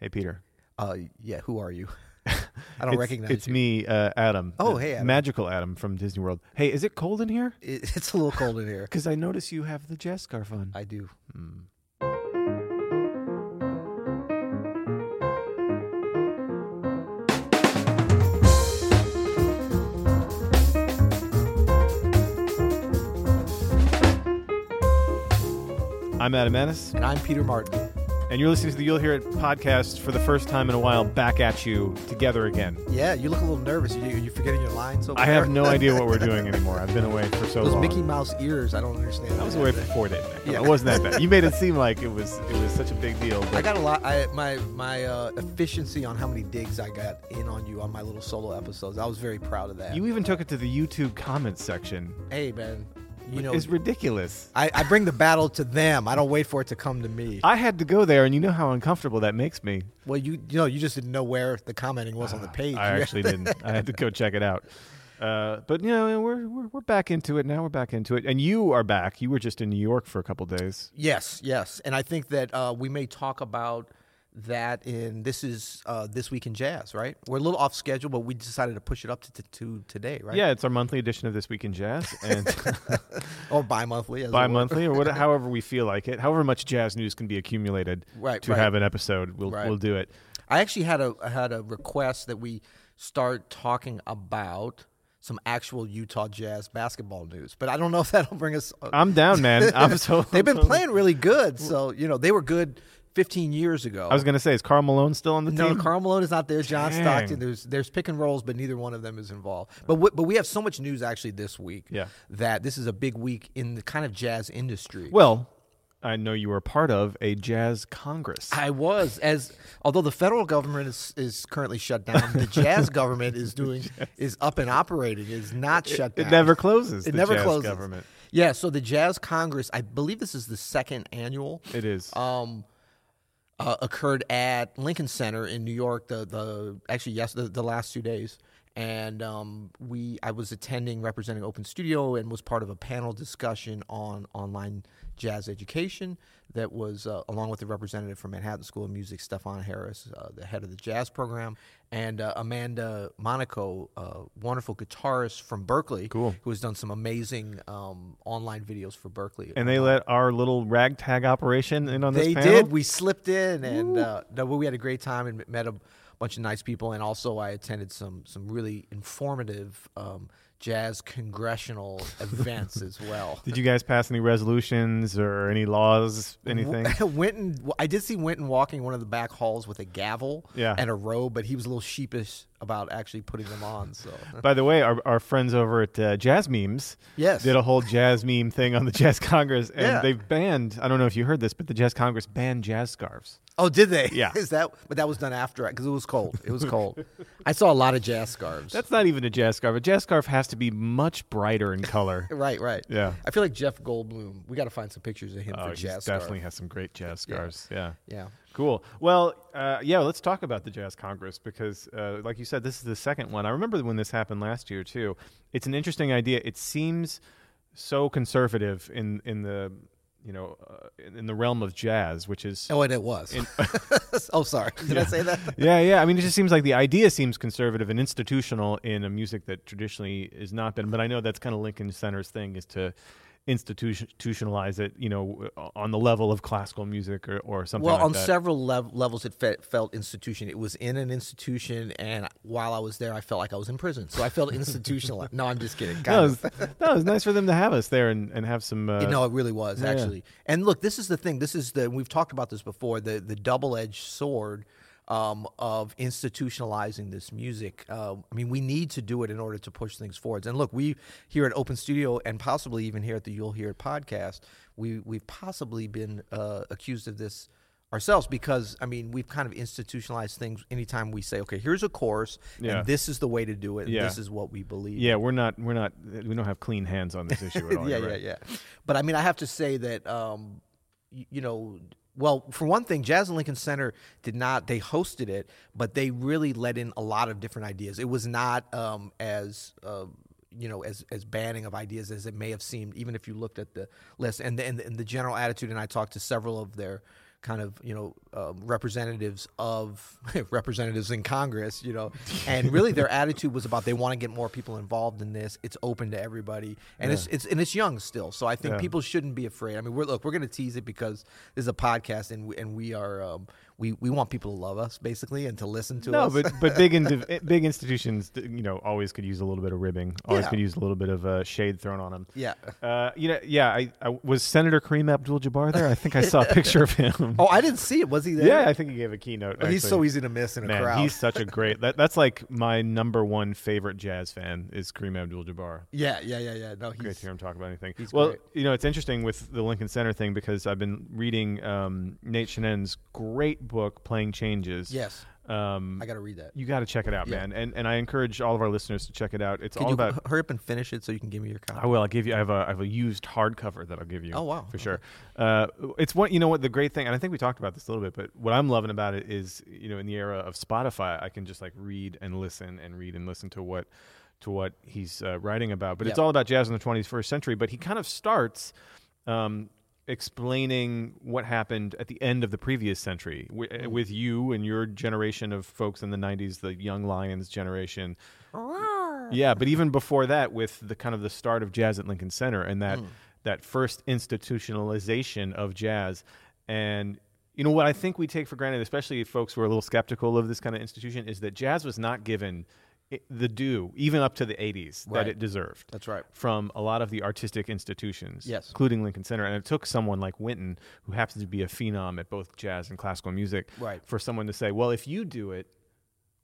Hey, Peter. Uh, yeah, who are you? I don't it's, recognize It's you. me, uh, Adam. Oh, the hey, Adam. Magical Adam from Disney World. Hey, is it cold in here? It, it's a little cold in here. Because I notice you have the jazz scarf on. I do. I'm Adam Annis, And I'm Peter Martin. and you're listening to the You'll Hear It podcast for the first time in a while, back at you together again. Yeah, you look a little nervous. You, you forgetting your lines over I have there? no idea what we're doing anymore. I've been away for so Those long. Mickey Mouse ears, I don't understand. I was that. away for four days. man. Come Yeah. on, It wasn't that bad. You made it seem like it was it was such a big deal. I But got a lot. I, my my uh, efficiency on how many digs I got in on you on my little solo episodes. I was very proud of that. you even took it to the YouTube comments section. hey man, you know It's ridiculous. I, I bring the battle to them. I don't wait for it to come to me. I had to go there, and you know how uncomfortable that makes me. well, you you know you just didn't know where the commenting was on the page. Ah, I You- actually didn't. I had to go check it out. Uh, but you know, we're, we're we're back into it now. We're back into it, and you are back. You were just in New York for a couple days. Yes, yes, and I think that uh, we may talk about that in this is uh, this week in jazz, right? We're a little off schedule, but we decided to push it up to, to, to today, right? Yeah, it's our monthly edition of This Week in Jazz, and or bi-monthly. As it were. bi-monthly or whatever, however we feel like it. However much jazz news can be accumulated Right, to right. have an episode, we'll Right. we'll do it. I actually had a I had a request that we start talking about some actual Utah Jazz basketball news, but I don't know if that'll bring us. uh, I'm down, man. I'm so. They've been playing really good, so you know they were good 15 years ago. I was gonna say, is Carl Malone still on the No, team? Carl Malone is not there. John Dang. Stockton. There's there's pick and rolls, but neither one of them is involved. But w- but we have so much news actually this week. Yeah. That this is a big week in the kind of jazz industry. well, I know you were part of a jazz congress. I was as although the federal government is, is currently shut down, the jazz government is doing is up and operating. Is not shut down. it never closes. It the never jazz closes. Government. Yeah. So the Jazz Congress, I believe this is the second annual. It is. um, uh, occurred at Lincoln Center in New York. The the actually yes, the, the last two days, and um, we I was attending, representing Open Studio, and was part of a panel discussion on online jazz education that was uh, along with the representative from Manhattan School of Music, Stefan Harris, uh, the head of the jazz program, and uh, Amanda Monaco, uh, wonderful guitarist from Berkeley, Cool. who has done some amazing um, online videos for Berkeley. and they let our little ragtag operation in on this They panel. did. We slipped in, and uh, no, but we had a great time and met a bunch of nice people. And also, I attended some some really informative um, jazz congressional events as well. Did you guys pass any resolutions or any laws, anything? Winton, I did see Winton walking one of the back halls with a gavel Yeah. and a robe, but he was a little sheepish about actually putting them on. So By the way, our, our friends over at uh, Jazz Memes Yes. did a whole jazz meme thing on the Jazz Congress, and Yeah. they banned. I don't know if you heard this, but the Jazz Congress banned jazz scarves. oh, did they? Yeah. Is that? But that was done after because it was cold. It was cold. I saw a lot of jazz scarves. That's not even a jazz scarf. A jazz scarf has to be much brighter in color. Right, right. Yeah. I feel like Jeff Goldblum. We got to find some pictures of him oh, for he jazz. definitely scarves. has some great jazz scarves. Yeah. Yeah. Cool. Well, uh, yeah, let's talk about the Jazz Congress because, uh, like you said, this is the second one. I remember when this happened last year too. It's an interesting idea. It seems so conservative in in the you know uh, in, in the realm of jazz, which is Oh, and it was. oh, sorry. Did I say that? yeah, yeah. I mean, it just seems like the idea seems conservative and institutional in a music that traditionally is not been. But I know that's kind of Lincoln Center's thing is to institutionalize it, you know, on the level of classical music or, or something Well, like on that. several lev- levels, it fe- felt institution. It was in an institution, and while I was there, I felt like I was in prison. So I felt institutionalized. no, I'm just kidding. that Kind of. was, that was nice for them to have us there and, and have some. Uh, no, it really was actually. And look, this is the thing. This is the we've talked about this before. The the double edged sword um, of institutionalizing this music. Uh, I mean, we need to do it in order to push things forwards. And look, we here at Open Studio and possibly even here at the You'll Hear It podcast, we we've possibly been uh, accused of this ourselves because I mean we've kind of institutionalized things anytime we say okay here's a course Yeah. and this is the way to do it and Yeah. this is what we believe yeah, we're not, we're not, we don't have clean hands on this issue at all. yeah, Oh, you're right. yeah, yeah. But I mean, I have to say that, um, you, you know, well, for one thing, Jazz and Lincoln Center did not, they hosted it, but they really let in a lot of different ideas. It was not um, as, uh, you know, as, as banning of ideas as it may have seemed, even if you looked at the list. And the, and, the, and the general attitude, and I talked to several of their kind of you know um, representatives of representatives in Congress, you know, and really their attitude was about they want to get more people involved in this. It's open to everybody, and it's it's and it's young still. So I think Yeah. people shouldn't be afraid. I mean, we're look, we're going to tease it because this is a podcast, and we, and we are um, we we want people to love us basically and to listen to No, us. but but big indiv- big institutions, you know, always could use a little bit of ribbing. Always Yeah. could use a little bit of uh, shade thrown on them. yeah. Uh, you know, yeah. I, I was Senator Kareem Abdul-Jabbar there. I think I saw a picture of him. Oh, I didn't see it. Was he there? yeah, I think he gave a keynote. But he's actually. so easy to miss in a Man, crowd. he's such a great. That, that's like my number one favorite jazz fan is Kareem Abdul-Jabbar. yeah, yeah, yeah, yeah. No, Great to he's hear him talk about anything. he's well, great. you know, it's interesting with the Lincoln Center thing because I've been reading um, Nate Shannon's great book, Playing Changes. yes. Um, I got to read that. you got to check it out, Yeah. man. And and I encourage all of our listeners to check it out. It's Can all you about. hurry up and finish it so you can give me your copy? I will. I'll give you. I have a. I have a used hardcover that I'll give you. Oh, wow. for sure. Uh, it's what you know. What the great thing, and I think we talked about this a little bit, but what I'm loving about it is, you know, in the era of Spotify, I can just like read and listen and read and listen to what to what he's uh, writing about. But it's Yeah. all about jazz in the 21st century. But he kind of starts. Um, explaining what happened at the end of the previous century wi- Mm. with you and your generation of folks in the 90s the young lions generation yeah, but even before that, with the kind of the start of jazz at Lincoln Center and that that first institutionalization of jazz, and you know what I think we take for granted, especially folks who are a little skeptical of this kind of institution, is that jazz was not given i- the due even up to the '80s Right. that it deserved That's right. from a lot of the artistic institutions, Yes. including Lincoln Center. And it took someone like Winton, who happens to be a phenom at both jazz and classical music, Right. for someone to say, "Well, if you do it,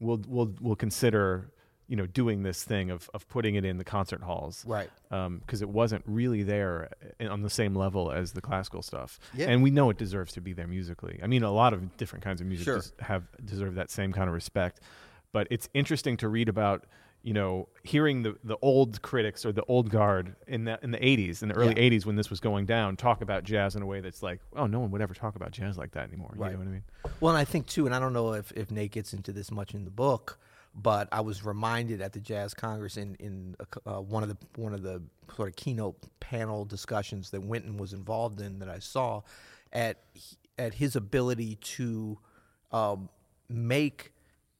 we'll we'll we'll consider." You know, doing this thing of, of putting it in the concert halls, Right. Because um, it wasn't really there i- on the same level as the classical stuff, Yeah. and we know it deserves to be there musically. I mean, a lot of different kinds of music Sure. des- have deserve that same kind of respect. But it's interesting to read about, you know, hearing the, the old critics or the old guard in the in the eighties, in the early Yeah. eighties when this was going down, talk about jazz in a way that's like, oh, no one would ever talk about jazz like that anymore. You Right. know what I mean? Well, and I think too, and I don't know if, if Nate gets into this much in the book, but I was reminded at the Jazz Congress in in a c uh, one of the one of the sort of keynote panel discussions that Winton was involved in that I saw at h- at his ability to um, make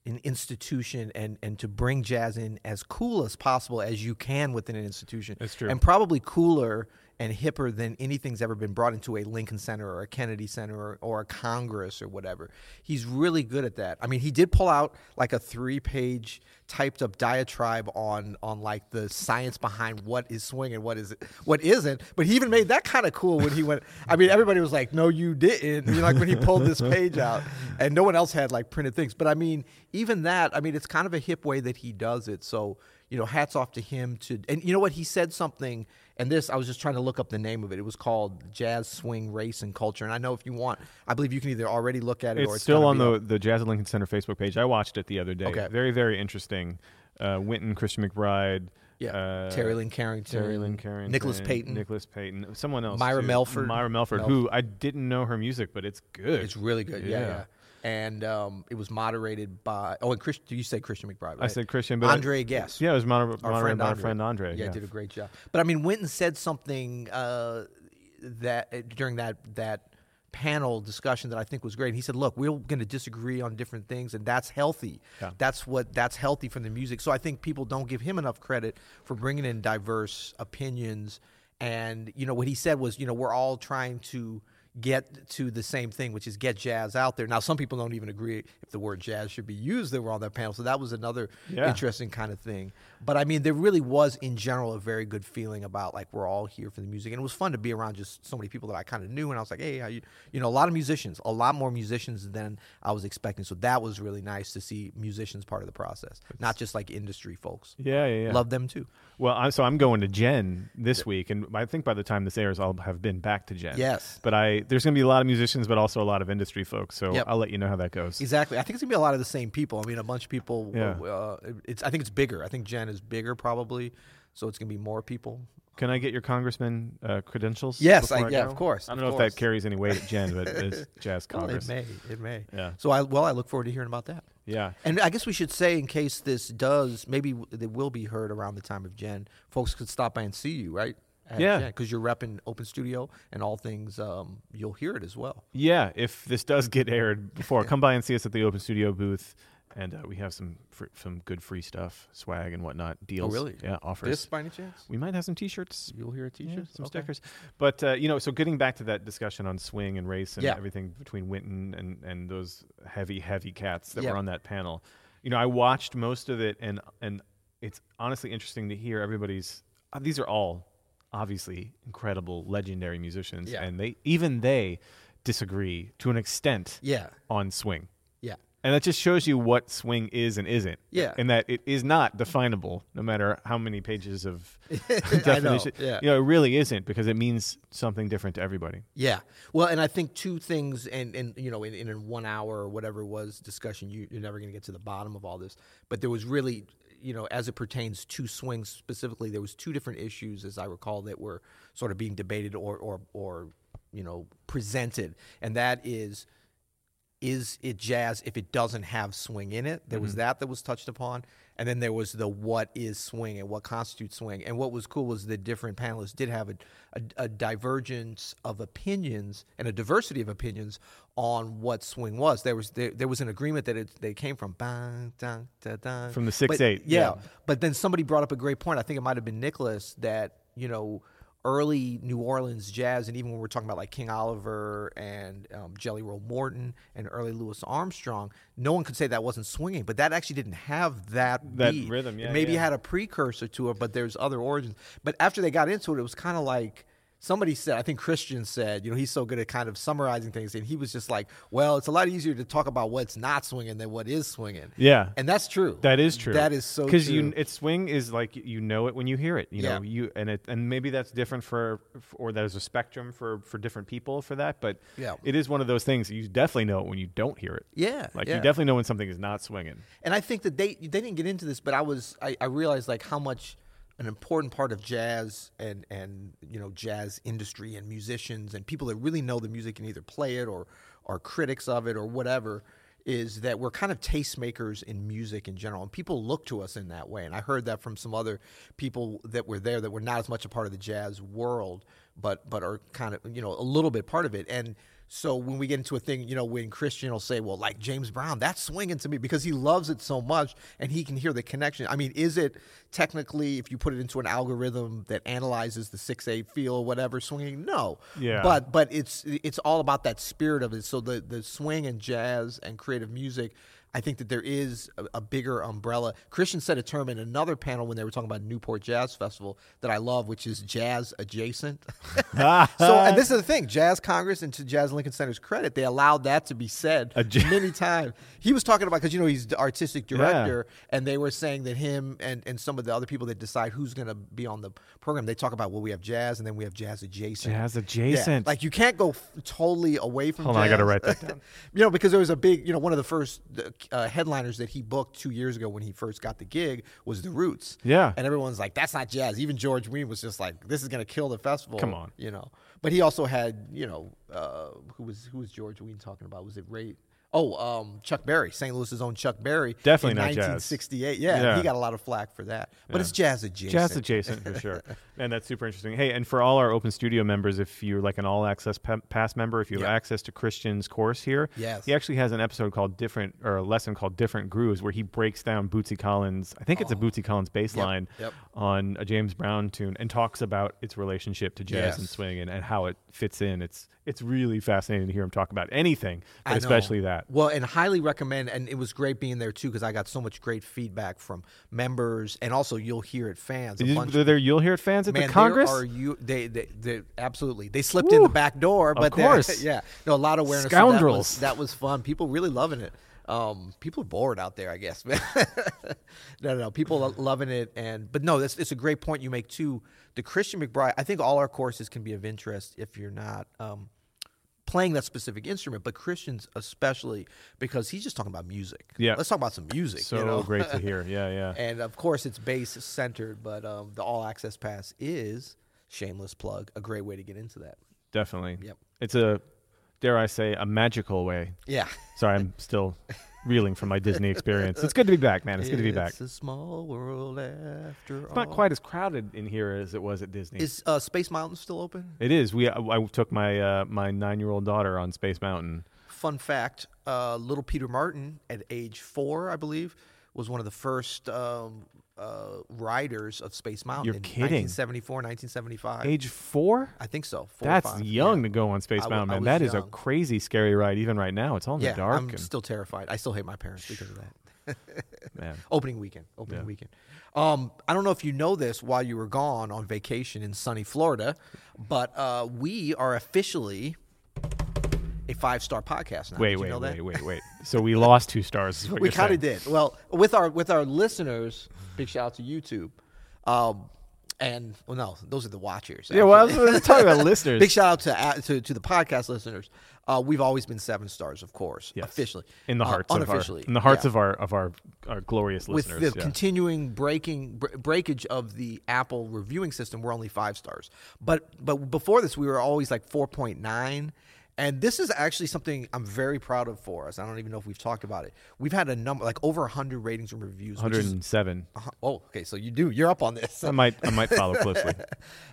an institution and and to bring jazz in as cool as possible as you can within an institution. That's true. And probably cooler and hipper than anything's ever been brought into a Lincoln Center or a Kennedy Center or, or a Congress or whatever. He's really good at that. I mean, he did pull out like a three-page typed up diatribe on on like the science behind what is swing and what is what isn't. But he even made that kind of cool when he went. I mean, everybody was like, "No, you didn't." You know, like when he pulled this page out, and no one else had like printed things. But I mean, even that. I mean, it's kind of a hip way that he does it. So you know, hats off to him to and you know what he said something and this I was just trying to look up the name of it. It was called Jazz Swing Race and Culture. And I know if you want, I believe you can either already look at it It's, or it's still gonna on be the, up. the Jazz at Lincoln Center Facebook page. I watched it the other day. Okay. Very, very interesting. Uh, Winton, Christian McBride. yeah Uh, Terry Lynn Carrington, Terry Lynn Carrington, Nicholas Payton. Nicholas Payton, someone else, Myra too. Melford. Myra Melford, who I didn't know her music, but it's good. It's really good. Yeah, Yeah. yeah. And um, it was moderated by oh, and Chris, you said Christian McBride? Right? I said Christian, but Andre Guess. yeah, it was Monterey, our Monterey, friend my Andre. friend Andre. Yeah, did a great job. But I mean, Winton said something uh, that uh, during that that panel discussion that I think was great. He said, "Look, we're going to disagree on different things, and that's healthy. That's what that's healthy from the music." So I think people don't give him enough credit for bringing in diverse opinions. And you know what he said was, you know, we're all trying to get to the same thing, which is get jazz out there. Now, some people don't even agree if the word jazz should be used. They were on that panel, so that was another Yeah. interesting kind of thing. But I mean, there really was, in general, a very good feeling about like we're all here for the music, and it was fun to be around just so many people that I kind of knew. And I was like, hey, how you? You know, a lot of musicians, a lot more musicians than I was expecting. So that was really nice to see musicians part of the process, not just like industry folks. yeah, yeah, yeah. Love them too. Well, I'm, so I'm going to Jen this week, and I think by the time this airs, I'll have been back to Jen. Yes. but I there's going to be a lot of musicians, but also a lot of industry folks. So Yep. I'll let you know how that goes. Exactly. I think it's gonna be a lot of the same people. I mean, a bunch of people. Yeah. Uh, it's. I think it's bigger. I think Jen is bigger probably, so it's gonna be more people. Can I get your congressman uh, credentials? Yes, I- before yeah, go? of course, I don't of know if course. that carries any weight at Jen, but it's Jazz Well, Congress. it may. It may. Yeah. So I well, I look forward to hearing about that. yeah, And I guess we should say, in case this does, maybe w- it will be heard around the time of Jen, folks could stop by and see you, right? at Yeah. because you're repping Open Studio and all things. Um, you'll hear it as well. Yeah, if this does get aired before, come by and see us at the Open Studio booth, and uh, we have some fr- some good free stuff, swag and whatnot deals. Oh, really? Yeah, offers. This by any chance? we might have some T-shirts. You'll hear a T-shirt, Yeah, some stickers. But uh, you know, so getting back to that discussion on swing and race and Yeah. everything between Winton and and those heavy heavy cats that Yeah. were on that panel, you know, I watched most of it and and it's honestly interesting to hear everybody's. uh, These are all obviously incredible, legendary musicians, Yeah. and they even they disagree to an extent Yeah, on swing. yeah, And that just shows you what swing is and isn't. Yeah. And that it is not definable, no matter how many pages of I know, definition. yeah. You know, it really isn't because it means something different to everybody. yeah. Well, and I think two things, and and you know, in, in a one hour or whatever it was discussion, you, you're never going to get to the bottom of all this. But there was really, you know, as it pertains to swings specifically, there was two different issues, as I recall, that were sort of being debated or or or you know presented, and that is is it jazz if it doesn't have swing in it? There Mm-hmm. was that that was touched upon. And then there was the what is swing and what constitutes swing. And what was cool was the different panelists did have a, a, a divergence of opinions and a diversity of opinions on what swing was. There was there, there was an agreement that it they came from bang, dang, da, dang. From the But- 6-8, Yeah. yeah. But then somebody brought up a great point. I think it might have been Nicholas that, you know, early New Orleans jazz, and even when we're talking about like King Oliver and um, Jelly Roll Morton and early Louis Armstrong, no one could say that wasn't swinging, but that actually didn't have that That beat. rhythm, It yeah, maybe yeah. had a precursor to it, but there's other origins. But after they got into it, it was kind of like. Somebody said, I think Christian said, you know, he's so good at kind of summarizing things. And he was just like, well, it's a lot easier to talk about what's not swinging than what is swinging. Yeah. And that's true. That is true. That is so true. because you it swing is like you know it when you hear it. You Yeah. know you and it and maybe that's different for, for or there's a spectrum for for different people for that. But Yeah. it is one of those things you definitely know it when you don't hear it. Yeah, like yeah. you definitely know when something is not swinging. and I think that they they didn't get into this, but I was I, I realized like how much an important part of jazz and and you know jazz industry and musicians and people that really know the music and either play it or are critics of it or whatever is that we're kind of tastemakers in music in general and people look to us in that way and i heard that from some other people that were there that were not as much a part of the jazz world but but are kind of you know a little bit part of it and so when we get into a thing, you know, when Christian will say, "Well, like James Brown, that's swinging to me because he loves it so much and he can hear the connection." I mean, is it technically if you put it into an algorithm that analyzes the six eight feel or whatever swinging? No. Yeah. But but it's it's all about that spirit of it. So the the swing and jazz and creative music. I think that there is a, a bigger umbrella. Christian said a term in another panel when they were talking about Newport Jazz Festival that I love, which is jazz adjacent. so Uh, and this is the thing jazz congress and to jazz lincoln center's credit they allowed that to be said j- many times he was talking about because you know he's the artistic director and they were saying that him and, and some of the other people that decide who's going to be on the program they talk about well we have jazz and then we have jazz adjacent Jazz Yeah, adjacent. like you can't go f- totally away from Hold on, jazz. I gotta write that down. you know because there was a big you know one of the first uh, headliners that he booked two years ago when he first got the gig was the roots Yeah. and everyone's like that's not jazz even george Wein was just like this is going to kill the festival Come on. you know. But he also had, you know, uh, who was who was George Ween talking about? Was it Ray? Oh, um, Chuck Berry, St. Louis's own Chuck Berry. Definitely in not jazz. 1968. Yeah, Yeah. he got a lot of flack for that. But it's jazz adjacent. Jazz adjacent for sure, and that's super interesting. Hey, and for all our Open Studio members, if you're like an all access pa- pass member, if you have Yeah. access to Christian's course here, Yes. he actually has an episode called different or a lesson called different grooves where he breaks down Bootsy Collins. I think it's a Bootsy Collins bass Yep, line yep. on a James Brown tune and talks about its relationship to jazz Yes. and swing and, and how it fits in. It's it's really fascinating to hear him talk about anything, but I know. especially that. Well, and highly recommend. And it was great being there too because I got so much great feedback from members, and also you'll hear it fans. A bunch There, you'll hear it fans at Man, the Congress. There are you? They, they, they absolutely. They slipped in the back door, but they're- course. yeah, no, a lot of awareness. So Scoundrels. that, was, that was fun. People really loving it. Um, people are bored out there, I guess. no, no, no. People lo- loving it, and but no, that's it's a great point you make too. The Christian McBride. I think all our courses can be of interest if you're not. Um, Playing that specific instrument, but Christians especially because he's just talking about music. Yeah. let's talk about some music. so you know? great to hear. Yeah, yeah. And of course, it's base centered, but um, the all access pass is shameless plug. A great way to get into that. Definitely. Yep. It's a dare I say a magical way. Yeah, Sorry, I'm still reeling from my Disney experience. It's good to be back, man. It's good to be back. It's a small world after It's not quite as crowded in here as it was at Disney. Is uh, Space Mountain still open? it is. We I, I took my uh, my nine year old daughter on Space Mountain. Fun fact: uh, Little Peter Martin, at age four, I believe, was one of the first um, uh, riders of Space Mountain. You're in kidding. 1974, 1975. Age four. I think so. Four or That's five, young yeah. to go on Space I w- Mountain, man. I was That is a young. crazy, scary ride, even right now. It's all in Yeah, the dark. I'm and- still terrified. I still hate my parents because of that. man. Opening weekend. Opening Yeah. weekend. Um, I don't know if you know this while you were gone on vacation in sunny Florida, but uh, we are officially a five star podcast now. Wait, Did you wait, know that? wait, wait, wait. So we lost two stars. Is what We you're kind saying. of did. Well, with our with our listeners, big shout out to YouTube. Um, and well, no, those are the watchers. Yeah, well, I was, actually. I was talking about listeners. big shout out to, uh, to to the podcast listeners. Uh, we've always been seven stars, of course, Yes. officially in the Uh, hearts of our unofficially in the hearts yeah. of our of our, our glorious with listeners. the yeah. continuing breaking br- breakage of the Apple reviewing system, we're only five stars. But but before this, we were always like four point nine, and this is actually something I'm very proud of for us. I don't even know if we've talked about it. We've had a number like over hundred ratings and reviews. Which is, 107. uh, oh, okay, so you do you're up on this. I might I might follow closely.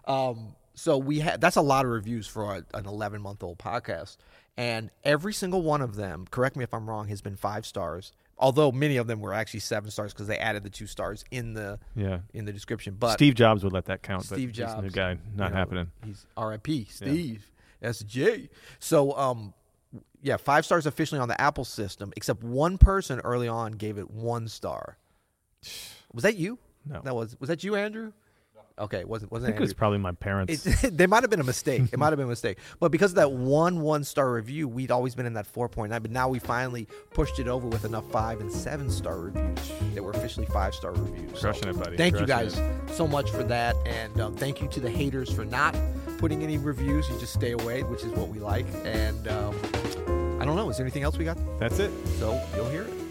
Um, so we had that's a lot of reviews for a, an 11 month old podcast, and every single one of them, correct me if I'm wrong, has been five stars. Although many of them were actually seven stars because they added the two stars in the Yeah. in the description. But Steve Jobs would let that count. But Steve he's a Jobs, new guy, you not know, happening. He's R.I.P. Steve. That's J. So um, yeah, five stars officially on the Apple system, except one person early on gave it one star. Was that you? No. that was was that you, Andrew? Okay, wasn't I wasn't think it Andrew. was probably my parents. It, there might have been a mistake. It might have been a mistake. But because of that one one star review, we'd always been in that 4.9. But now we finally pushed it over with enough five and seven star reviews that were officially five star reviews. So Crushing it, buddy. Thank you Crushing guys so much for that. And um, thank you to the haters for not putting any reviews. You just stay away, which is what we like. And um, I don't know. Is there anything else we got? That's it. So you'll hear it.